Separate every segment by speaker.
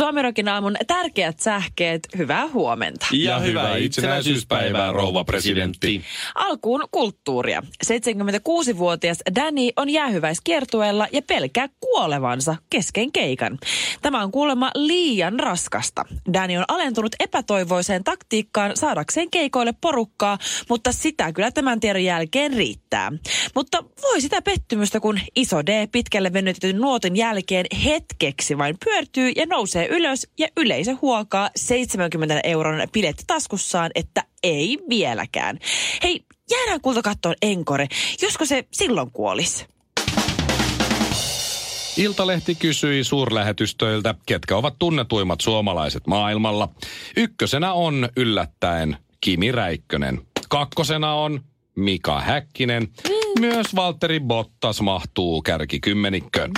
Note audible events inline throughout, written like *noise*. Speaker 1: Suomirokin aamun tärkeät sähkeet, hyvää huomenta.
Speaker 2: Ja, hyvää itsenäisyyspäivää, rouva presidentti.
Speaker 1: Alkuun kulttuuria. 76-vuotias Danny on jäähyväiskiertueella ja pelkää kuolevansa kesken keikan. Tämä on kuulemma liian raskasta. Danny on alentunut epätoivoiseen taktiikkaan saadakseen keikoille porukkaa, mutta sitä kyllä tämän tiedon jälkeen riittää. Mutta voi sitä pettymystä, kun iso D pitkälle venytetyn nuotin jälkeen hetkeksi vain pyörtyy ja nousee ylös ja yleisö huokaa 70 euron biletti taskussaan, että ei vieläkään. Hei, jäädään kulta kattoon enkore. Josko se silloin kuolisi?
Speaker 2: Iltalehti kysyi suurlähetystöiltä, ketkä ovat tunnetuimmat suomalaiset maailmalla. Ykkösenä on yllättäen Kimi Räikkönen. Kakkosena on Mika Häkkinen. Myös Valtteri Bottas mahtuu kärkikymmenikköön.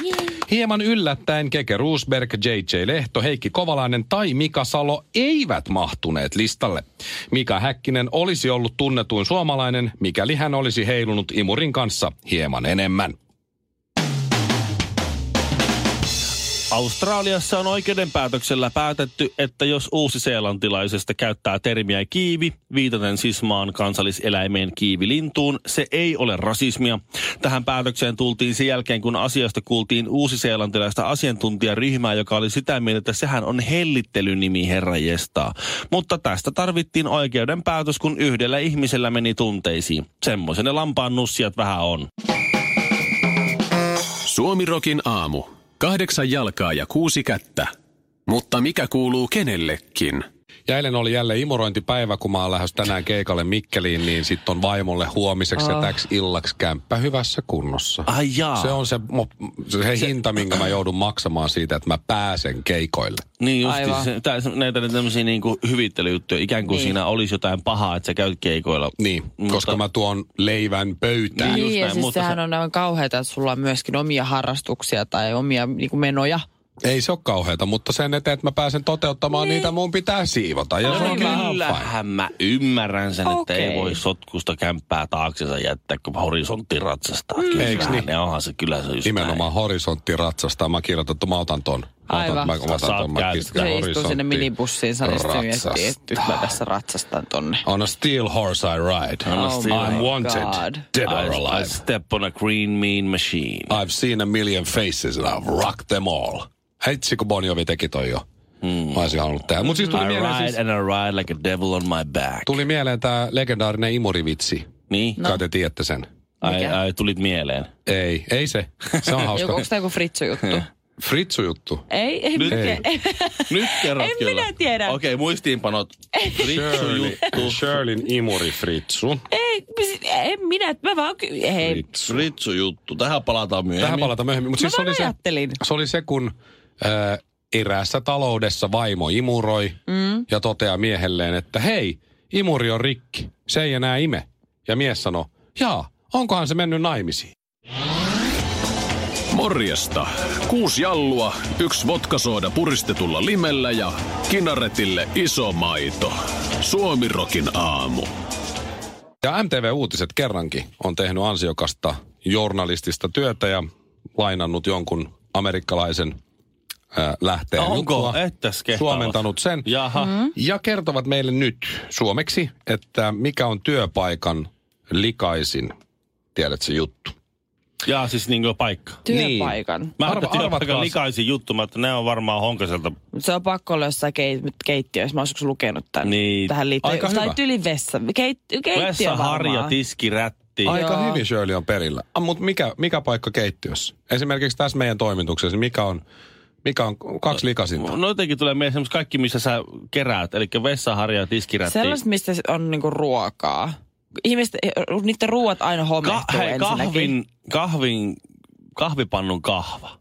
Speaker 2: Hieman yllättäen Keke Ruusberg, JJ Lehto, Heikki Kovalainen tai Mika Salo eivät mahtuneet listalle. Mika Häkkinen olisi ollut tunnetuin suomalainen, mikäli hän olisi heilunut imurin kanssa hieman enemmän.
Speaker 3: Australiassa on oikeudenpäätöksellä päätetty, että jos uusiseelantilaisesta käyttää termiä kiivi, viitaten siis maan kansalliseläimeen kiivilintuun, se ei ole rasismia. Tähän päätökseen tultiin sen jälkeen, kun asiasta kuultiin uusiseelantilaista asiantuntijaryhmää, joka oli sitä mieltä, että sehän on hellittelynimi herrajestaa. Mutta tästä tarvittiin oikeudenpäätös, kun yhdellä ihmisellä meni tunteisiin. Semmoisen ne lampaan nussijat vähän on.
Speaker 4: Suomirokin aamu. Kahdeksan jalkaa ja kuusi kättä. Mutta mikä kuuluu kenellekin?
Speaker 2: Ja eilen oli jälleen imurointipäivä, kun mä oon lähes tänään keikalle Mikkeliin, niin sitten on vaimolle huomiseksi
Speaker 5: Ah.
Speaker 2: oh. ja täksi illaksi kämppä hyvässä kunnossa.
Speaker 3: Ai jaa.
Speaker 2: Se on se, mo- se, se hinta, minkä mä joudun maksamaan siitä, että mä pääsen keikoille.
Speaker 3: Niin just,
Speaker 1: Aivan.
Speaker 3: se, tää, näitä tämmöisiä niinku hyvittelyjuttuja, ikään kuin
Speaker 1: Niin.
Speaker 3: niin. siinä olisi jotain pahaa, että sä käyt keikoilla.
Speaker 2: Niin, Mutta... koska mä tuon leivän pöytään. Niin.
Speaker 3: Niin just
Speaker 5: Niin, ja
Speaker 3: näin,
Speaker 5: siis
Speaker 3: mutta
Speaker 5: sehän
Speaker 3: se-
Speaker 5: on aivan kauheata, että sulla on myöskin omia harrastuksia tai omia niin kuin menoja.
Speaker 2: Ei se ole kauheata, mutta sen eteen, että mä pääsen toteuttamaan niin. niitä, mun pitää siivota. Ja
Speaker 3: No,
Speaker 2: se on ihan fine.
Speaker 3: kyllähän mä ymmärrän sen, että ei
Speaker 5: Okei.
Speaker 3: voi sotkusta kämppää taaksensa jättää, kun horisontti ratsastaa. Mm.
Speaker 2: Eiks niin?
Speaker 3: Ne onhan se kyllä se just
Speaker 2: Nimenomaan horisontti ratsastaa. Mä kirjoitan, että mä otan ton. Mä otan,
Speaker 5: Aivan.
Speaker 2: mä, mä otan
Speaker 3: Saat
Speaker 2: ton, mä
Speaker 3: käyttää.
Speaker 2: pistän
Speaker 5: se istuu sinne
Speaker 2: horisonttiin.
Speaker 5: minibussiin salissa ja miettii,
Speaker 2: Ratsastaa.
Speaker 5: että nyt mä tässä ratsastan tonne.
Speaker 2: On a steel horse I ride.
Speaker 3: On a steel-
Speaker 2: I'm
Speaker 3: my
Speaker 2: wanted,
Speaker 5: God.
Speaker 2: dead or
Speaker 3: näin. I, I
Speaker 2: alive.
Speaker 3: step on a green mean machine.
Speaker 2: I've seen a million faces and I've rocked them all. Heitsi, kun Bon Jovi teki toi jo. Mm. Mä olisin halunnut tehdä. Mutta siis tuli
Speaker 3: I
Speaker 2: mieleen,
Speaker 3: ride
Speaker 2: siis,
Speaker 3: and I ride like a devil on my back.
Speaker 2: tuli mieleen tämä legendaarinen imurivitsi.
Speaker 3: Niin?
Speaker 2: No. Kai te tiedätte sen.
Speaker 3: Ai,
Speaker 5: Mikä?
Speaker 3: ai, tulit mieleen.
Speaker 2: Ei, ei se. Se on
Speaker 5: Joku,
Speaker 2: hauska.
Speaker 5: onko tämä joku fritsu-juttu?
Speaker 2: Fritsu-juttu.
Speaker 5: ei, ei,
Speaker 3: Nyt-
Speaker 5: mikä- ei.
Speaker 3: Nyt kerrot
Speaker 5: En
Speaker 3: kyllä.
Speaker 5: minä tiedä.
Speaker 3: Okei, muistiinpanot. Ritsu juttu.
Speaker 2: Shirlin imuri Fritsu.
Speaker 5: ei, siis en minä, mä vaan, ky- ei.
Speaker 3: Ritsu juttu. Tähän palataan myöhemmin.
Speaker 2: Tähän palataan myöhemmin. Mutta
Speaker 5: Mä
Speaker 2: siis se
Speaker 5: vaan
Speaker 2: oli se,
Speaker 5: ajattelin.
Speaker 2: se oli se, kun ää, eräässä taloudessa vaimo imuroi mm. ja toteaa miehelleen, että hei, imuri on rikki. Se ei enää ime. Ja mies sanoo, jaa, onkohan se mennyt naimisiin?
Speaker 4: Morjesta. Kuusi jallua, yksi vodkasooda puristetulla limellä ja kinaretille iso maito. Suomirokin aamu.
Speaker 2: Ja MTV Uutiset kerrankin on tehnyt ansiokasta journalistista työtä ja lainannut jonkun amerikkalaisen ää, lähteen
Speaker 3: No Onko?
Speaker 2: juttua,
Speaker 3: Ettäs kehtavat.
Speaker 2: suomentanut sen.
Speaker 3: Jaha. Mm.
Speaker 2: Ja kertovat meille nyt suomeksi, että mikä on työpaikan likaisin, tiedätkö, juttu.
Speaker 3: Jaa, siis niinkö paikka.
Speaker 5: Työpaikan.
Speaker 3: Mä
Speaker 2: Arva-
Speaker 3: Arva,
Speaker 2: arvatkaas.
Speaker 3: arvatkaa likaisin juttu, mä että ne on varmaan honkaselta.
Speaker 5: Se on pakko olla jossain kei- keittiössä. Mä oon joskus lukenut tämän.
Speaker 3: Niin.
Speaker 5: Tähän liittyen.
Speaker 2: Aika
Speaker 5: tai
Speaker 2: hyvä.
Speaker 5: tyli vessa. Keit, keittiö
Speaker 3: Vessa,
Speaker 5: varmaan.
Speaker 3: harja, tiski, rätti.
Speaker 2: Aika
Speaker 5: Joo.
Speaker 2: hyvin Shirley on perillä. Mutta mikä, mikä paikka keittiössä? Esimerkiksi tässä meidän toimituksessa, niin mikä on, mikä on kaksi likasinta?
Speaker 3: No jotenkin tulee mieleen semmoista kaikki, missä sä keräät. Eli vessa, harja, tiski, rätti.
Speaker 5: Sellaiset, mistä on niinku ruokaa. Ihmiset, niiden ruuat aina homehtuu
Speaker 3: Ka- hei,
Speaker 5: ensinnäkin.
Speaker 3: kahvin, kahvin, kahvipannun kahva.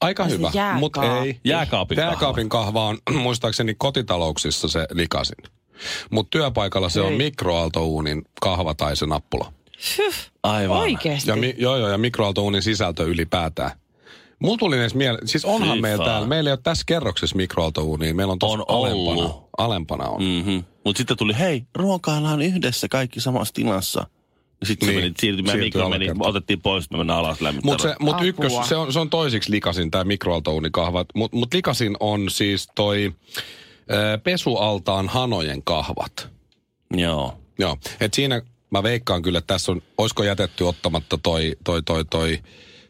Speaker 2: Aika
Speaker 1: Ai se
Speaker 2: hyvä, mutta
Speaker 1: jääkaappi.
Speaker 2: ei.
Speaker 3: Jääkaapin kahva.
Speaker 2: Jääkaapin kahva on *clears throat* muistaakseni kotitalouksissa se likasin. Mutta työpaikalla se on
Speaker 1: Ei.
Speaker 2: mikroaaltouunin kahva tai se nappula.
Speaker 3: Aivan.
Speaker 1: Oikeesti.
Speaker 2: Ja, mi, joo, joo, ja mikroaaltouunin sisältö ylipäätään. Mulla tuli edes mieleen, siis onhan
Speaker 3: Siis
Speaker 2: meillä
Speaker 3: vaan.
Speaker 2: täällä, meillä ei ole tässä kerroksessa mikroaaltouunia, meillä on tuossa
Speaker 3: On
Speaker 2: alempana.
Speaker 3: ollut.
Speaker 2: Alempana on. Mm.
Speaker 3: Mm-hmm. Mutta sitten tuli, hei, ruokaillaan yhdessä kaikki samassa tilassa. Sitten
Speaker 2: Niin,
Speaker 3: niin. siirtymään
Speaker 2: siirtyi
Speaker 3: mikro meni,
Speaker 2: alakertaan.
Speaker 3: otettiin pois, me mennään alas lämmittämään.
Speaker 2: Mutta se, mut
Speaker 1: Apua.
Speaker 2: ykkös, se, on, se on toisiksi likasin tämä mikroaaltouunikahva. Mutta mut likasin on siis toi ö, pesualtaan hanojen kahvat.
Speaker 3: Joo.
Speaker 2: Joo, et siinä mä veikkaan kyllä, että tässä on, olisiko jätetty ottamatta toi, toi, toi, toi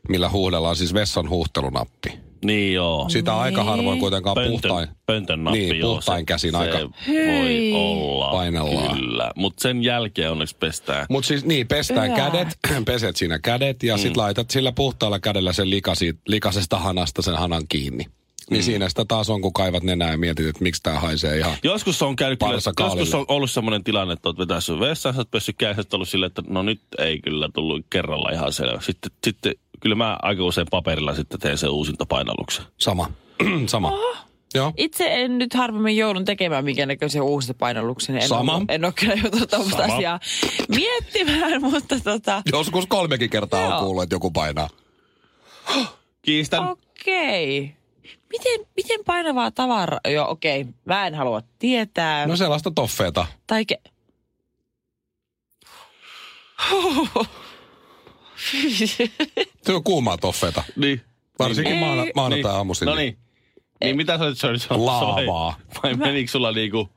Speaker 2: millä huudellaan, siis vessan huuhtelunappi.
Speaker 3: Niin joo.
Speaker 2: Sitä niin. aika harvoin kuitenkaan puhtain.
Speaker 3: Pöntön, pöntön nappi,
Speaker 2: Niin,
Speaker 3: joo,
Speaker 2: puhtain
Speaker 3: se-
Speaker 2: käsin
Speaker 3: se
Speaker 2: aika.
Speaker 3: voi olla.
Speaker 2: Painellaan.
Speaker 3: Kyllä, mutta sen jälkeen onneksi pestään.
Speaker 2: Mutta siis niin, pestään
Speaker 1: Hyvä.
Speaker 2: kädet, *clears throat* peset siinä kädet ja mm. sit laitat sillä puhtaalla kädellä sen likasi, likasesta hanasta sen hanan kiinni. Niin mm. siinä sitä taas on, kun kaivat nenää ja mietit, että miksi tää haisee ihan.
Speaker 3: Joskus on käynyt kyllä,
Speaker 2: Parsa kaalille.
Speaker 3: joskus on ollut sellainen tilanne, että olet vetänyt vessaan, sä oot pessyt käy, sä oot ollut silleen, että no nyt ei kyllä tullut kerralla ihan selvä. Sitten, sitten kyllä mä aika usein paperilla sitten teen sen uusintapainalluksen.
Speaker 2: Sama. *clears throat* Sama. Joo.
Speaker 5: Itse en nyt harvemmin joulun tekemään minkään näköisen uusista painalluksen. niin En
Speaker 2: Sama.
Speaker 5: Ole, en ole kyllä joutunut tuommoista
Speaker 3: Sama.
Speaker 5: asiaa miettimään, *laughs* mutta tota,
Speaker 2: Joskus kolmekin kertaa on
Speaker 5: Joo.
Speaker 2: kuullut, että joku painaa.
Speaker 3: Kiistän.
Speaker 5: okei. Okay. Miten, miten painavaa tavaraa? Joo, okei. Okay. Mä en halua tietää.
Speaker 2: No sellaista toffeeta.
Speaker 5: Tai ke...
Speaker 2: Se on kuumaa toffeeta.
Speaker 3: Niin.
Speaker 2: Varsinkin
Speaker 3: Niin.
Speaker 2: maana, maanantai aamuisin.
Speaker 3: No niin.
Speaker 5: Eh.
Speaker 3: Niin mitä sä olit se oli? se-
Speaker 2: Laavaa.
Speaker 3: soi? Vai menikö sulla niinku...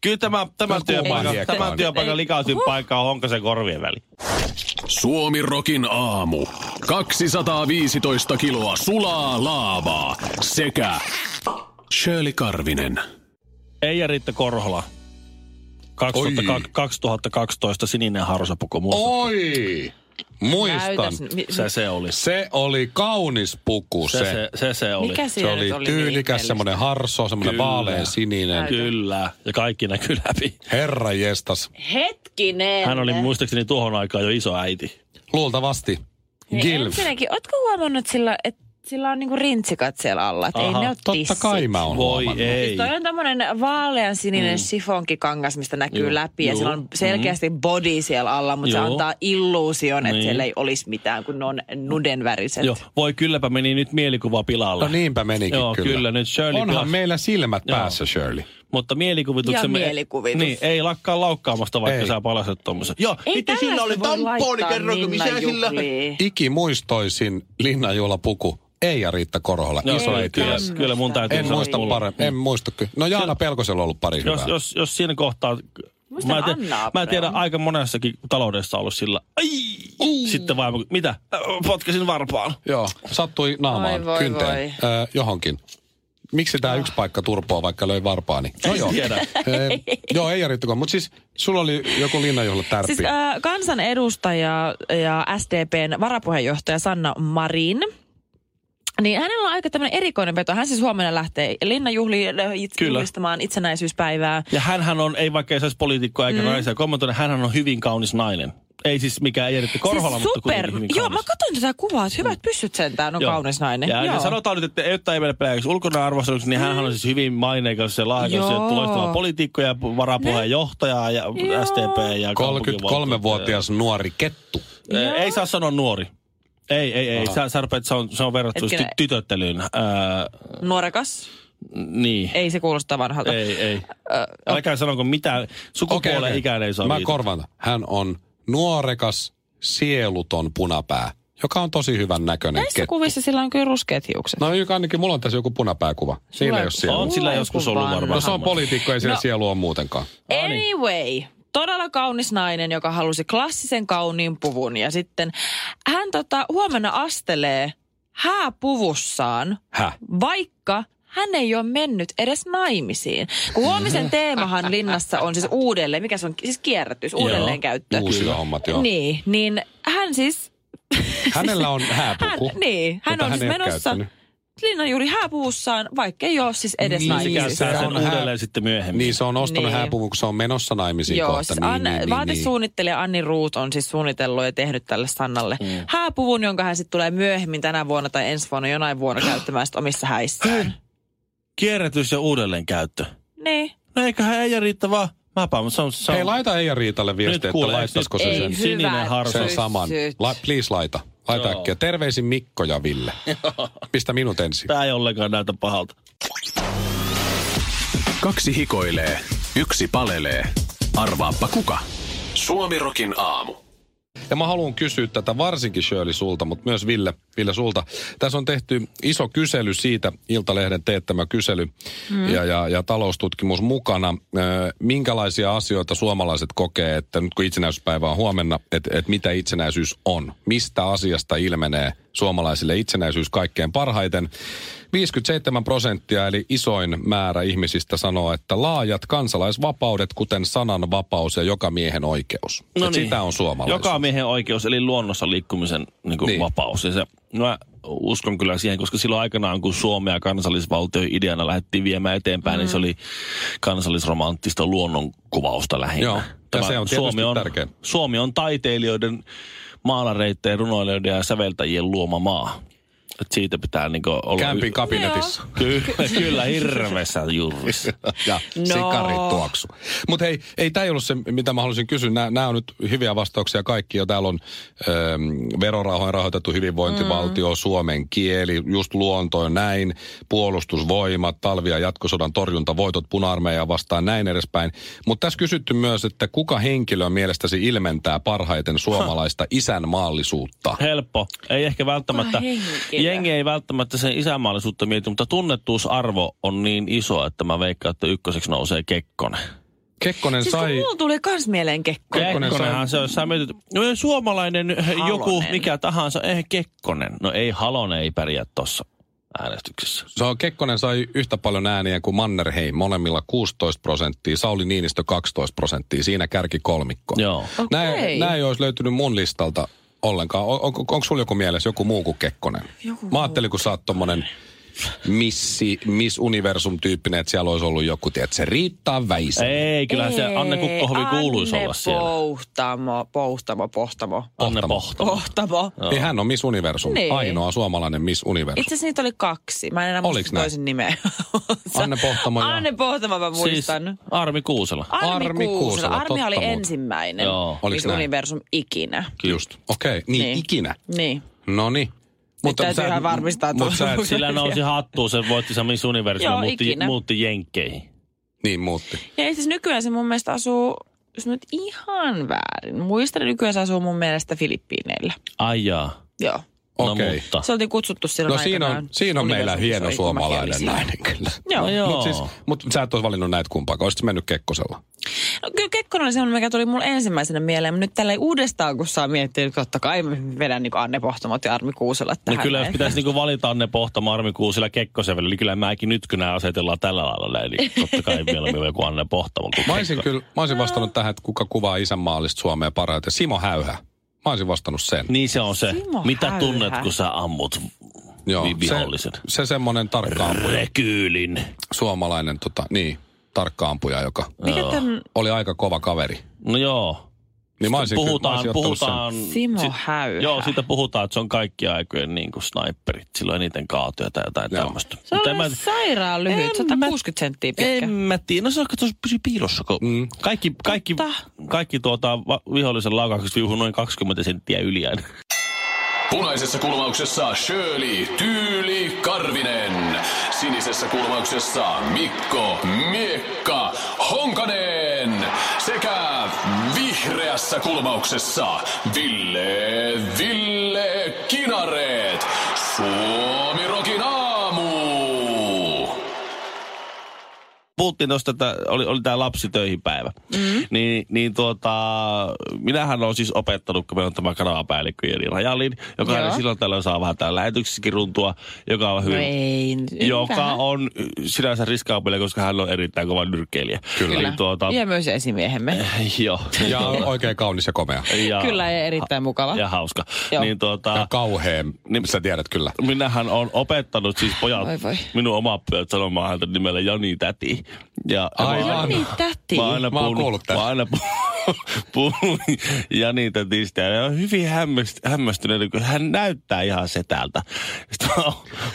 Speaker 3: Kyllä tämä, tämä
Speaker 2: on kuumaa
Speaker 3: työpaikka,
Speaker 2: hiekkaa.
Speaker 3: tämä työpaikan likaisin paikka on Honkasen korvien väli.
Speaker 4: Suomi Rokin aamu. 215 kiloa sulaa laavaa sekä Shirley Karvinen.
Speaker 3: Eija Riitta Korhola. 2002, 2012 sininen harsapuku. Muistatko,
Speaker 2: Oi! Muistan.
Speaker 5: Näytäs- mi-
Speaker 3: se se oli.
Speaker 2: Se oli kaunis puku se.
Speaker 3: Se, se, se, se oli.
Speaker 5: Mikä
Speaker 2: Se
Speaker 5: siinä
Speaker 2: oli
Speaker 5: nyt oli
Speaker 2: tyylikäs, semmoinen harso, semmoinen
Speaker 3: Kyllä.
Speaker 2: vaalean sininen.
Speaker 3: Kyllä, ja kaikki näkyy läpi.
Speaker 2: Herra jestas.
Speaker 5: Hetkinen.
Speaker 3: Hän oli muistaakseni tuohon aikaan jo iso äiti.
Speaker 2: Luultavasti.
Speaker 5: Niin
Speaker 2: Gilf.
Speaker 5: ensinnäkin, ootko huomannut sillä, että sillä on niinku rintsikat siellä alla, että ei
Speaker 3: Aha,
Speaker 5: ne ole
Speaker 2: Ah, Totta
Speaker 5: tissit.
Speaker 2: kai mä oon
Speaker 3: Voi
Speaker 2: huomannut.
Speaker 3: ei.
Speaker 5: Siis Toi on tämmönen vaalean sininen mm. sifonkikangas, mistä näkyy
Speaker 3: Juu,
Speaker 5: läpi ja
Speaker 3: juu,
Speaker 5: sillä on selkeästi body siellä alla, mutta se
Speaker 3: Joo.
Speaker 5: antaa illuusion, että
Speaker 3: Niin.
Speaker 5: siellä ei olisi mitään, kun ne on nudenväriset.
Speaker 3: Joo, voi kylläpä meni nyt mielikuva pilalle.
Speaker 2: No niinpä menikin
Speaker 3: Joo,
Speaker 2: kyllä.
Speaker 3: kyllä, nyt Shirley
Speaker 2: Onhan
Speaker 3: pilas-
Speaker 2: meillä silmät
Speaker 3: Joo.
Speaker 2: päässä, Shirley.
Speaker 3: Mutta mielikuvituksemme...
Speaker 5: Ja mielikuvitus.
Speaker 3: Niin, ei lakkaa laukkaamasta, vaikka
Speaker 2: Ei.
Speaker 3: ei. sä palaset tuommoisen. Joo,
Speaker 5: Ei
Speaker 3: itse sillä
Speaker 5: tällaista
Speaker 3: oli
Speaker 5: voi
Speaker 3: tamponi,
Speaker 5: laittaa
Speaker 3: kerroinko mitä
Speaker 5: Minna
Speaker 3: sillä...
Speaker 5: juhliin.
Speaker 2: Ikimuistoisin Linnajuhlapuku Eija Riitta Korhola,
Speaker 3: Joo,
Speaker 2: iso äiti.
Speaker 3: No, kyllä,
Speaker 2: En
Speaker 3: kyllä mun täytyy sanoa
Speaker 2: muista
Speaker 3: mulla.
Speaker 2: paremmin. En muista kyllä. No Jaana Pelkosella on ollut pari
Speaker 3: Jos,
Speaker 2: hyvää.
Speaker 3: jos, jos siinä kohtaa...
Speaker 5: Muistan
Speaker 3: en tie-
Speaker 5: Anna
Speaker 3: mä en tiedä,
Speaker 5: Abreu.
Speaker 3: aika monessakin taloudessa ollut sillä. Ai, sitten vaimo, mitä? Äh, Potkasin varpaan.
Speaker 2: Joo, sattui naamaan,
Speaker 5: Oi, voi,
Speaker 2: kynteen,
Speaker 5: voi. Ah.
Speaker 2: Ö, johonkin. Miksi tämä yksi paikka turpoa, vaikka löi varpaani? No
Speaker 3: En tiedä.
Speaker 2: Ö, joo, ei järjittykoon, mutta siis sulla oli joku linnanjuhla tärppi.
Speaker 5: Siis äh, kansanedustaja ja SDPn varapuheenjohtaja Sanna Marin. Niin hänellä on aika tämmöinen erikoinen veto. Hän siis huomenna lähtee linnanjuhliin äh, it-
Speaker 3: Kyllä.
Speaker 5: juhlistamaan itsenäisyyspäivää.
Speaker 3: Ja hänhän on, ei vaikka ei saisi poliitikkoa eikä mm. naisia kommentoida, hänhän on hyvin kaunis nainen. Ei siis mikään Jerry Korhola,
Speaker 5: siis
Speaker 3: mutta
Speaker 5: super.
Speaker 3: kuitenkin hyvin
Speaker 5: Joo, mä
Speaker 3: kaunis. Mm.
Speaker 5: katsoin tätä kuvaa, että hyvät pyssyt sentään on
Speaker 3: Joo. niin
Speaker 5: kaunis nainen.
Speaker 3: Ja,
Speaker 5: Joo.
Speaker 3: ja sanotaan nyt, että jotta ei mene pelkäksi ulkona arvosteluksi, niin hän on siis hyvin maineikas ja lahjakas ja
Speaker 5: Joo.
Speaker 3: loistava poliitikko ja varapuheenjohtaja ja
Speaker 5: Joo.
Speaker 3: STP ja
Speaker 2: 33-vuotias nuori kettu.
Speaker 3: kaupunginvaltuutettu. Ei, ei saa sanoa nuori. Ei, ei, ei. Sä, sä rupeat, se on, se on verrattavasti
Speaker 5: Hetkinen.
Speaker 3: tytöttelyyn. Öö,
Speaker 5: Nuorekas.
Speaker 3: niin.
Speaker 5: Ei se kuulosta vanhalta.
Speaker 3: ei. ei. Älkää sanoko mitään. Sukupuolen okay, okay. ikään ei saa
Speaker 2: Mä
Speaker 3: viitata.
Speaker 2: korvan. Hän on nuorekas, sieluton punapää, joka on tosi hyvän näköinen
Speaker 5: Näissä
Speaker 2: kettu.
Speaker 5: kuvissa sillä on kyllä ruskeat hiukset.
Speaker 2: No joka ainakin mulla on tässä joku punapääkuva. Siinä
Speaker 5: Sulla-
Speaker 2: ei ole sielu.
Speaker 3: On sillä
Speaker 5: Voi
Speaker 3: joskus
Speaker 5: kun
Speaker 3: ollut
Speaker 5: vanha.
Speaker 3: varmaan.
Speaker 2: No se on poliitikko, ei siellä no. sielu ole muutenkaan. niin.
Speaker 5: Anyway, todella kaunis nainen, joka halusi klassisen kauniin puvun. Ja sitten hän tota, huomenna astelee hääpuvussaan,
Speaker 2: Häh?
Speaker 5: vaikka hän ei ole mennyt edes naimisiin. Kun
Speaker 2: Mm-hmm.
Speaker 5: huomisen teemahan linnassa on siis uudelleen, mikä se on, siis kierrätys, uudelleenkäyttö.
Speaker 2: Uusi hommat, joo.
Speaker 5: Niin, niin hän siis...
Speaker 2: Hänellä on
Speaker 5: *laughs*
Speaker 2: hääpuku.
Speaker 5: Hän, niin, hän
Speaker 2: jota
Speaker 5: on siis
Speaker 2: ei ole
Speaker 5: menossa...
Speaker 2: käyttänyt.
Speaker 5: Linna juuri hääpuvussaan, vaikka ei ole siis edes
Speaker 2: Niin,
Speaker 3: Se
Speaker 5: naimisissa.
Speaker 3: käyttää
Speaker 2: Se
Speaker 3: sen
Speaker 2: on hä-
Speaker 3: uudelleen sitten myöhemmin.
Speaker 2: Niin se on ostanut
Speaker 5: Niin.
Speaker 2: niin. hääpuvun, kun se on menossa naimisiin
Speaker 5: Joo,
Speaker 2: kohta.
Speaker 5: siis
Speaker 2: Niin,
Speaker 5: An,
Speaker 2: niin, niin, niin.
Speaker 5: vaatesuunnittelija Anni Ruut on siis suunnitellut ja tehnyt tälle Sannalle mm. hääpuvun, jonka hän sitten tulee myöhemmin tänä vuonna tai ensi vuonna jonain vuonna käyttämään sit omissa häissään.
Speaker 3: Kierrätys ja uudelleenkäyttö.
Speaker 5: niin.
Speaker 3: No eiköhän Eija riittä vaan. Mäpä, se on, se on.
Speaker 2: Hei, laita Eija Riitalle
Speaker 3: Nyt
Speaker 2: viesti,
Speaker 3: kuule,
Speaker 2: että laittaisiko se
Speaker 3: nyt-
Speaker 2: sen,
Speaker 3: ei. sininen harso.
Speaker 2: sen saman. La, please laita. Laita
Speaker 3: Joo.
Speaker 2: äkkiä. Terveisin Mikko ja Ville. Pistä minut ensin.
Speaker 3: Tää ei ollenkaan näytä pahalta.
Speaker 4: Kaksi hikoilee, yksi palelee. Arvaappa kuka? Suomirokin aamu.
Speaker 2: Ja mä haluan kysyä tätä varsinkin Shirley sulta, mutta myös Ville, Ville sulta. Tässä on tehty iso kysely siitä, Iltalehden teettämä kysely mm. ja, ja, ja taloustutkimus mukana. Ö, minkälaisia asioita suomalaiset kokee, että nyt kun itsenäisyyspäivä on huomenna, että et mitä itsenäisyys on? Mistä asiasta ilmenee suomalaisille itsenäisyys kaikkein parhaiten? 57 prosenttia eli isoin määrä ihmisistä sanoo, että laajat kansalaisvapaudet, kuten sananvapaus ja joka miehen oikeus.
Speaker 3: No
Speaker 2: Et
Speaker 3: niin.
Speaker 2: Sitä on suomalaisuus.
Speaker 3: Joka miehen oikeus, eli luonnossa liikkumisen niin kuin niin.
Speaker 2: Niin.
Speaker 3: vapaus. Ja se, no mä uskon kyllä siihen, koska silloin aikanaan, kun Suomea kansallisvaltio ideana lähdettiin viemään eteenpäin, mm. niin se oli kansallisromanttista luonnonkuvausta lähinnä.
Speaker 2: Joo, ja se on tietysti tärkein.
Speaker 3: Suomi on taiteilijoiden, maalareiden, runoilijoiden ja säveltäjien luoma maa. Et siitä pitää niin olla...
Speaker 2: Kämpin kabinetissa.
Speaker 3: Kyllä, *laughs* kyllä hirveässä jurvissa.
Speaker 2: Ja *laughs* no. tuoksu. Mutta hei, ei tämä ollut se, mitä mä halusin kysyä. Nämä on nyt hyviä vastauksia kaikki. Ja täällä on äm, verorahoin rahoitettu hyvinvointivaltio, mm. suomen kieli, just luonto ja näin, puolustusvoimat, talvi- ja jatkosodan torjunta, voitot puna-armeijaa vastaan, näin edespäin. Mutta tässä kysytty myös, että kuka henkilö mielestäsi ilmentää parhaiten suomalaista isänmaallisuutta?
Speaker 3: Helppo. Ei ehkä välttämättä,
Speaker 5: henkilö.
Speaker 3: jengi ei välttämättä sen isänmaallisuutta mieti, mutta tunnettuusarvo on niin iso, että mä veikkaan, että ykköseksi nousee Kekkonen.
Speaker 2: Kekkonen
Speaker 5: Siis
Speaker 2: sai...
Speaker 5: kun mulla tuli kans mieleen kekko.
Speaker 2: Kekkonen
Speaker 3: Kekkonenhan se on, jos sä mietit, no ei suomalainen Halonen. joku,
Speaker 5: Halonen.
Speaker 3: mikä tahansa, ei Kekkonen. No ei Halonen ei pärjää tossa äänestyksessä.
Speaker 2: Se on, Kekkonen sai yhtä paljon ääniä kuin Mannerheim, molemmilla 16 prosenttia, Sauli Niinistö 12 prosenttia, siinä kärki kolmikko.
Speaker 3: Joo.
Speaker 2: Nää,
Speaker 5: Okei.
Speaker 2: nää ei olisi löytynyt mun listalta ollenkaan. On, on, onko sulla joku mielessä joku muu kuin Kekkonen? Joku Mä ajattelin, kun sä oot tommonen missi, Miss Universum tyyppinen, että siellä olisi ollut joku, tiedät, se Riitta Väisä.
Speaker 3: Ei, kyllähän se Anne Kukkohovi kuuluisi olla siellä.
Speaker 5: Pohtamo, pohtamo, pohtamo.
Speaker 3: Anne Pohtamo.
Speaker 5: Pohtamo.
Speaker 2: Niin hän on Miss Universum,
Speaker 5: Niin.
Speaker 2: ainoa suomalainen Miss Universum.
Speaker 5: Itse asiassa niitä oli kaksi. Mä en enää
Speaker 2: Oliks
Speaker 5: muista
Speaker 2: näin?
Speaker 5: toisen nimeä. *laughs*
Speaker 2: Anne Pohtamo ja-
Speaker 5: Anne Pohtamo mä
Speaker 3: Siis
Speaker 5: muistan. Siis...
Speaker 3: Armi Kuusela.
Speaker 5: Armi,
Speaker 2: Armi
Speaker 5: Kuusela.
Speaker 2: Kuusela,
Speaker 5: Armi
Speaker 2: totta
Speaker 5: oli
Speaker 2: muuten.
Speaker 5: ensimmäinen
Speaker 3: Joo.
Speaker 2: Oliks
Speaker 5: Miss
Speaker 2: näin?
Speaker 5: Universum ikinä.
Speaker 2: Just. Okei, okay. niin,
Speaker 5: Niin.
Speaker 2: niin, ikinä.
Speaker 5: Niin.
Speaker 2: No niin.
Speaker 5: täytyy ihan varmistaa
Speaker 2: mut
Speaker 5: tuo.
Speaker 2: sä et,
Speaker 3: Sillä nousi hattuun, se voitti sen Miss Universum ja
Speaker 5: Joo,
Speaker 3: muutti,
Speaker 5: ikinä.
Speaker 3: muutti Jenkkeihin.
Speaker 2: Niin muutti.
Speaker 5: Ja ei siis nykyään se mun mielestä asuu, jos nyt ihan väärin. Muistan, että nykyään se asuu mun mielestä Filippiineillä.
Speaker 3: Ai jaa.
Speaker 5: Joo.
Speaker 3: No
Speaker 2: Okei.
Speaker 3: mutta.
Speaker 5: Se oltiin kutsuttu silloin
Speaker 2: No siinä on,
Speaker 5: aikanaan
Speaker 2: siinä on meillä
Speaker 5: universumissa,
Speaker 2: hieno
Speaker 5: oli, kun mäkin olin
Speaker 2: suomalainen
Speaker 5: siellä.
Speaker 2: nainen kyllä.
Speaker 5: Joo.
Speaker 3: No joo.
Speaker 2: Mutta siis, mut sä et olisi valinnut näitä kumpaakaan, olisit mennyt Kekkosella.
Speaker 5: No, kyllä Kekkonen oli semmoinen, mikä tuli mulle ensimmäisenä mieleen, mutta nyt tällä ei uudestaan, kun saa miettiä, että totta kai mä vedän niin Anne Pohtamot ja Armi Kuusella
Speaker 3: No
Speaker 5: tähän.
Speaker 3: kyllä jos
Speaker 5: näin.
Speaker 3: pitäisi niinku valita Anne Pohtama, Armi Kuusila, Kekkosen välillä, niin kyllä mäkin nyt kun nämä asetellaan tällä lailla, niin totta
Speaker 5: *laughs*
Speaker 3: kai mieluummin joku Anne Pohtama. Kuin
Speaker 2: Mä olisin, kyllä, mä olisin vastannut tähän, että kuka kuvaa isänmaallista Suomea parhaiten. Simo Häyhä. Mä olisin vastannut sen.
Speaker 3: Niin se on se.
Speaker 5: Simo
Speaker 3: Mitä
Speaker 5: Häyhä.
Speaker 3: tunnet, kun sä ammut
Speaker 2: niin
Speaker 3: vi- vihollisen?
Speaker 2: se, se semmoinen tarkka ampuja,
Speaker 3: Rekyylin.
Speaker 2: suomalainen, tota, niin, tarkka ampuja, joka
Speaker 5: Mikä tämän
Speaker 2: oli aika kova kaveri.
Speaker 3: No joo.
Speaker 2: Niin mä olisin, kyllä- mä
Speaker 3: puhutaan,
Speaker 2: olisin ottanut sen.
Speaker 3: puhutaan.
Speaker 5: Simo Häyhä?
Speaker 3: Joo, siitä puhutaan, että se on kaikki aikojen niin kuin sniperit. Silloin eniten kaatoja tai jotain
Speaker 2: Joo.
Speaker 3: tämmöistä.
Speaker 5: Se on mä... sairaan lyhyt, 160 senttiä pitkä.
Speaker 3: En mä tiedä. No se on, että se pysyy piilossa. Kun mm. Kaikki, kaikki, kaikki tuota, va- vihollisen laukaukset viuhuu noin 20 senttiä yli aina.
Speaker 4: Punaisessa kulmauksessa Shirley Tyyli Karvinen. Sinisessä kulmauksessa Mikko Miekka Honkanen. Sekä vihreässä kulmauksessa Ville Ville Kinareet. Suomi Rokin aamu.
Speaker 3: *laughs* puhuttiin tuosta, että oli, oli tämä lapsi töihin päivä. Mm. Niin, niin tuota, minähän olen siis opettanut, kun meillä on tämä kanavapäällikkö Jeli Rajalin, joka
Speaker 5: Joo.
Speaker 3: aina silloin tällöin saa vähän täällä lähetyksessäkin runtua, joka on
Speaker 5: No
Speaker 3: hyvin,
Speaker 5: ei,
Speaker 3: joka
Speaker 5: vähän.
Speaker 3: on sinänsä riskaapille, koska hän on erittäin kova nyrkkeilijä.
Speaker 2: Kyllä.
Speaker 3: Niin tuota,
Speaker 5: Ja myös esimiehemme.
Speaker 3: *laughs* Joo.
Speaker 2: Ja on oikein kaunis ja komea.
Speaker 3: ja,
Speaker 5: Kyllä, ja erittäin mukava.
Speaker 3: ja hauska.
Speaker 5: Joo.
Speaker 3: Niin tuota,
Speaker 2: Ja kauheen, niin sä tiedät kyllä.
Speaker 3: minähän on opettanut siis pojat,
Speaker 5: Voi voi.
Speaker 3: minun omat pojat sanomaan häntä nimellä Jani Täti. Ja ja mä oon
Speaker 2: Aivan.
Speaker 3: aina-
Speaker 5: Niin, täti.
Speaker 3: Mä oon aina
Speaker 2: Mä oon
Speaker 3: puhunut,
Speaker 2: kuullut
Speaker 3: mä
Speaker 2: tästä.
Speaker 3: oon aina puhunut, puhunut Jani Tätistä. Ja on hyvin hämmäst, hämmästynyt, kun hän näyttää ihan setältä. Sitten mä oon,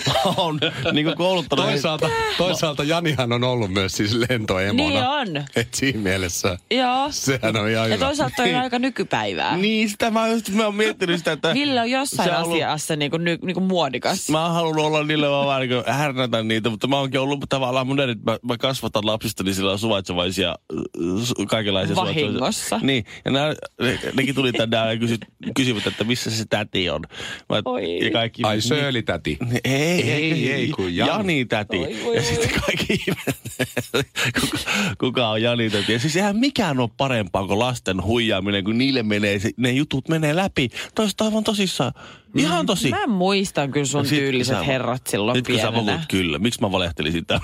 Speaker 3: mä oon niin kuin kouluttanut.
Speaker 2: Toisaalta, toisaalta Janihan on ollut myös siis lentoemona.
Speaker 5: No. Niin on.
Speaker 2: Et siinä mielessä
Speaker 5: Joo.
Speaker 2: sehän on ihan
Speaker 5: Ja
Speaker 2: hyvä.
Speaker 5: toisaalta toi on
Speaker 3: Niin.
Speaker 5: aika nykypäivää.
Speaker 3: Niin, sitä mä, just, mä oon miettinyt sitä, että...
Speaker 5: Ville on jossain
Speaker 3: se ollut-
Speaker 5: asiassa niinku, ny, niinku muodikas.
Speaker 3: Mä oon halunnut olla niille vaan vähän niin härnätä niitä, mutta mä oonkin ollut tavallaan mun edet, mä, mä kasvatan lapsistani sillä suvaitsevaisia, su, kaikenlaisia
Speaker 5: Vahingossa.
Speaker 3: Niin, ja nää, ne, nekin tuli tänään ja kysy, kysyivät, että missä se täti on. Mä,
Speaker 5: Oi.
Speaker 3: Ja kaikki,
Speaker 2: Ai Shirley täti.
Speaker 3: Niin, ei, ei,
Speaker 2: Ei,
Speaker 3: ei,
Speaker 2: ei,
Speaker 3: kun
Speaker 2: kun
Speaker 3: Jani.
Speaker 2: Jani.
Speaker 3: Jani täti.
Speaker 5: Oi, voi,
Speaker 3: ja
Speaker 5: voi.
Speaker 3: sitten kaikki ihmettelee, *laughs* kuka, kuka on Jani täti. Ja siis eihän mikään ole parempaa kuin lasten huijaaminen, kun niille menee, se, ne jutut menee läpi. Toista aivan tosissaan. Ihan tosi.
Speaker 5: Mä muistan kyllä sun
Speaker 3: No sit
Speaker 5: tyyliset
Speaker 3: sä-
Speaker 5: herrat silloin
Speaker 3: Nyt kun sä puhut
Speaker 5: pienenä.
Speaker 3: kyllä, miksi mä valehtelisin täm-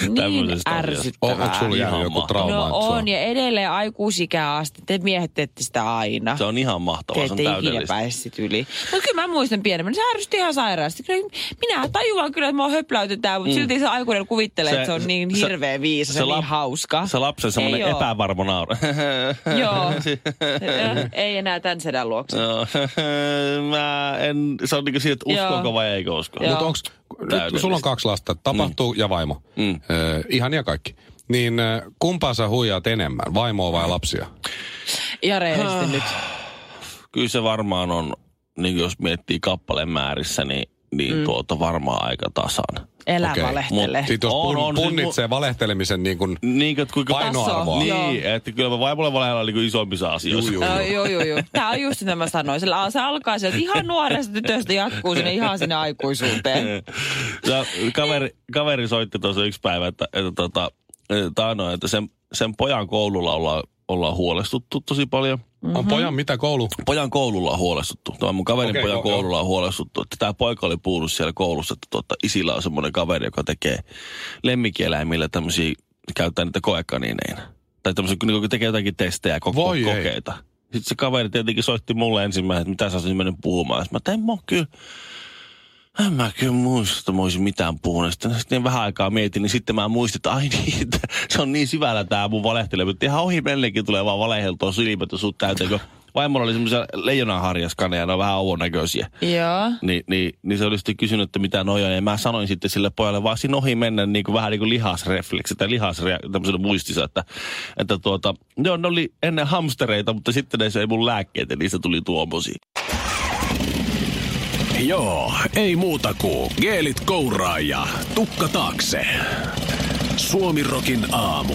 Speaker 5: Niin
Speaker 3: tämmöisestä asiasta?
Speaker 2: O- Onko
Speaker 5: ärsyttävää.
Speaker 2: sulla jäänyt
Speaker 3: Ihan
Speaker 2: joku
Speaker 3: mahtavaa.
Speaker 2: trauma?
Speaker 5: No
Speaker 2: että sua-
Speaker 5: on, ja edelleen aikuisikään asti. Te miehet teette sitä aina.
Speaker 3: Se on ihan mahtavaa, se on
Speaker 5: Te ette ikinä
Speaker 3: täydellistä.
Speaker 5: pääse sit yli. Mutta kyllä mä muistan pienemmän, se ärsytti ihan sairaasti. Kyllä minä tajuan kyllä, että mua höpläytetään, mutta mm. silti se aikuinen kuvittelee, että se on niin hirveä viisas ja niin
Speaker 3: lap-
Speaker 5: hauska.
Speaker 3: Se lapsen semmoinen
Speaker 5: Ei oo.
Speaker 3: epävarma nauru. *laughs*
Speaker 5: Joo. Eh, Ei enää tämän sedän luokse.
Speaker 3: Joo. *laughs* mä en, se on niinku siitä, että
Speaker 5: Joo.
Speaker 3: uskoako vai eikö usko.
Speaker 5: Joo.
Speaker 2: Mutta onks, nyt
Speaker 3: Täydellistä.
Speaker 2: sulla on kaksi lasta, tapahtuu ja vaimo. Mm. Ö, ihania kaikki. Niin ö, kumpaa sä huijaat enemmän, vaimoa vai lapsia?
Speaker 5: Ja reilisti nyt.
Speaker 3: Kyllä se varmaan on, niin jos miettii kappaleen määrissä, niin, niin mm. tuota varmaan aika tasan.
Speaker 5: Elä
Speaker 2: Okei.
Speaker 5: valehtele.
Speaker 2: Sitten jos
Speaker 3: On,
Speaker 2: pun,
Speaker 3: on, siis
Speaker 2: punnitsee valehtelemisen niin kuin
Speaker 3: Niin, että kuinka
Speaker 2: Painoarvoa.
Speaker 5: Taso, joo.
Speaker 3: Niin, että kyllä mä vaimolle valehdellaan niinku isommissa asioissa.
Speaker 2: Juu, juu.
Speaker 5: Joo, joo, joo, joo. Tämä on just sitä mä sanoin. Sillä, se alkaa sieltä ihan nuoresta tytöstä jatkuu sinne ihan sinne
Speaker 3: *laughs*
Speaker 5: aikuisuuteen.
Speaker 3: Ja kaveri, kaveri soitti tuossa yksi päivä, että, että, tota, taano, että sen, sen pojan koululla ollaan, ollaan huolestuttu tosi paljon.
Speaker 5: mhm.
Speaker 2: on pojan mitä koulu?
Speaker 3: Pojan koululla on huolestuttu. Tämä mun kaverin okay,
Speaker 2: Okei,
Speaker 3: pojan
Speaker 2: joo,
Speaker 3: koululla on huolestuttu. Että tämä poika oli puhunut siellä koulussa, että tuota, isillä on semmoinen kaveri, joka tekee lemmikieläimillä tämmöisiä, käyttää niitä koekanineina. Tai tämmöisiä, kun niinku tekee jotakin testejä ja
Speaker 2: Voi ei.
Speaker 3: koko, kokeita. Sitten se kaveri tietenkin soitti mulle ensimmäisenä, että mitä sä olisit mennyt puhumaan. Sitten mä, että en mä oo kyllä, en mä kyllä muista, että mä olisin mitään puhunut. Sitten, sitten vähän aikaa mietin, niin sitten mä muistin, että ai niin, että se on niin syvällä tää mun valehteleminen. Että ihan ohi mennäkin tulee vaan valeheltua silmät ja suut täyteen, kun vaimolla oli semmoisia leijonanharjaskaneja, ne on vähän ouvon näköisiä.
Speaker 5: Joo.
Speaker 3: Niin, niin, niin se oli sitten kysynyt, että mitä noja on. Ja mä sanoin sitten sille pojalle, vaan siinä ohi mennä niin kuin, vähän niin kuin lihasrefleksi tai lihasrea, tämmöisellä muistissa, että, että tuota, joo, ne oli ennen hamstereita, mutta sitten ne söi mun lääkkeet ja niistä tuli tuommoisia.
Speaker 4: Joo, ei muuta kuin geelit kouraa ja tukka taakse. Suomirokin aamu.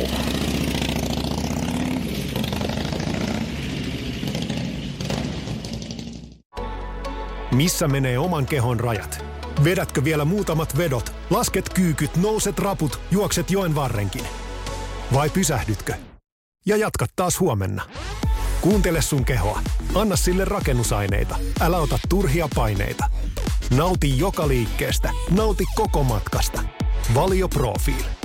Speaker 6: Missä menee oman kehon rajat? Vedätkö vielä muutamat vedot? Lasket kyykyt, nouset raput, juokset joen varrenkin. Vai pysähdytkö? Ja jatka taas huomenna. Kuuntele sun kehoa. Anna sille rakennusaineita. Älä ota turhia paineita. Nauti joka liikkeestä. Nauti koko matkasta. Valio Profiil.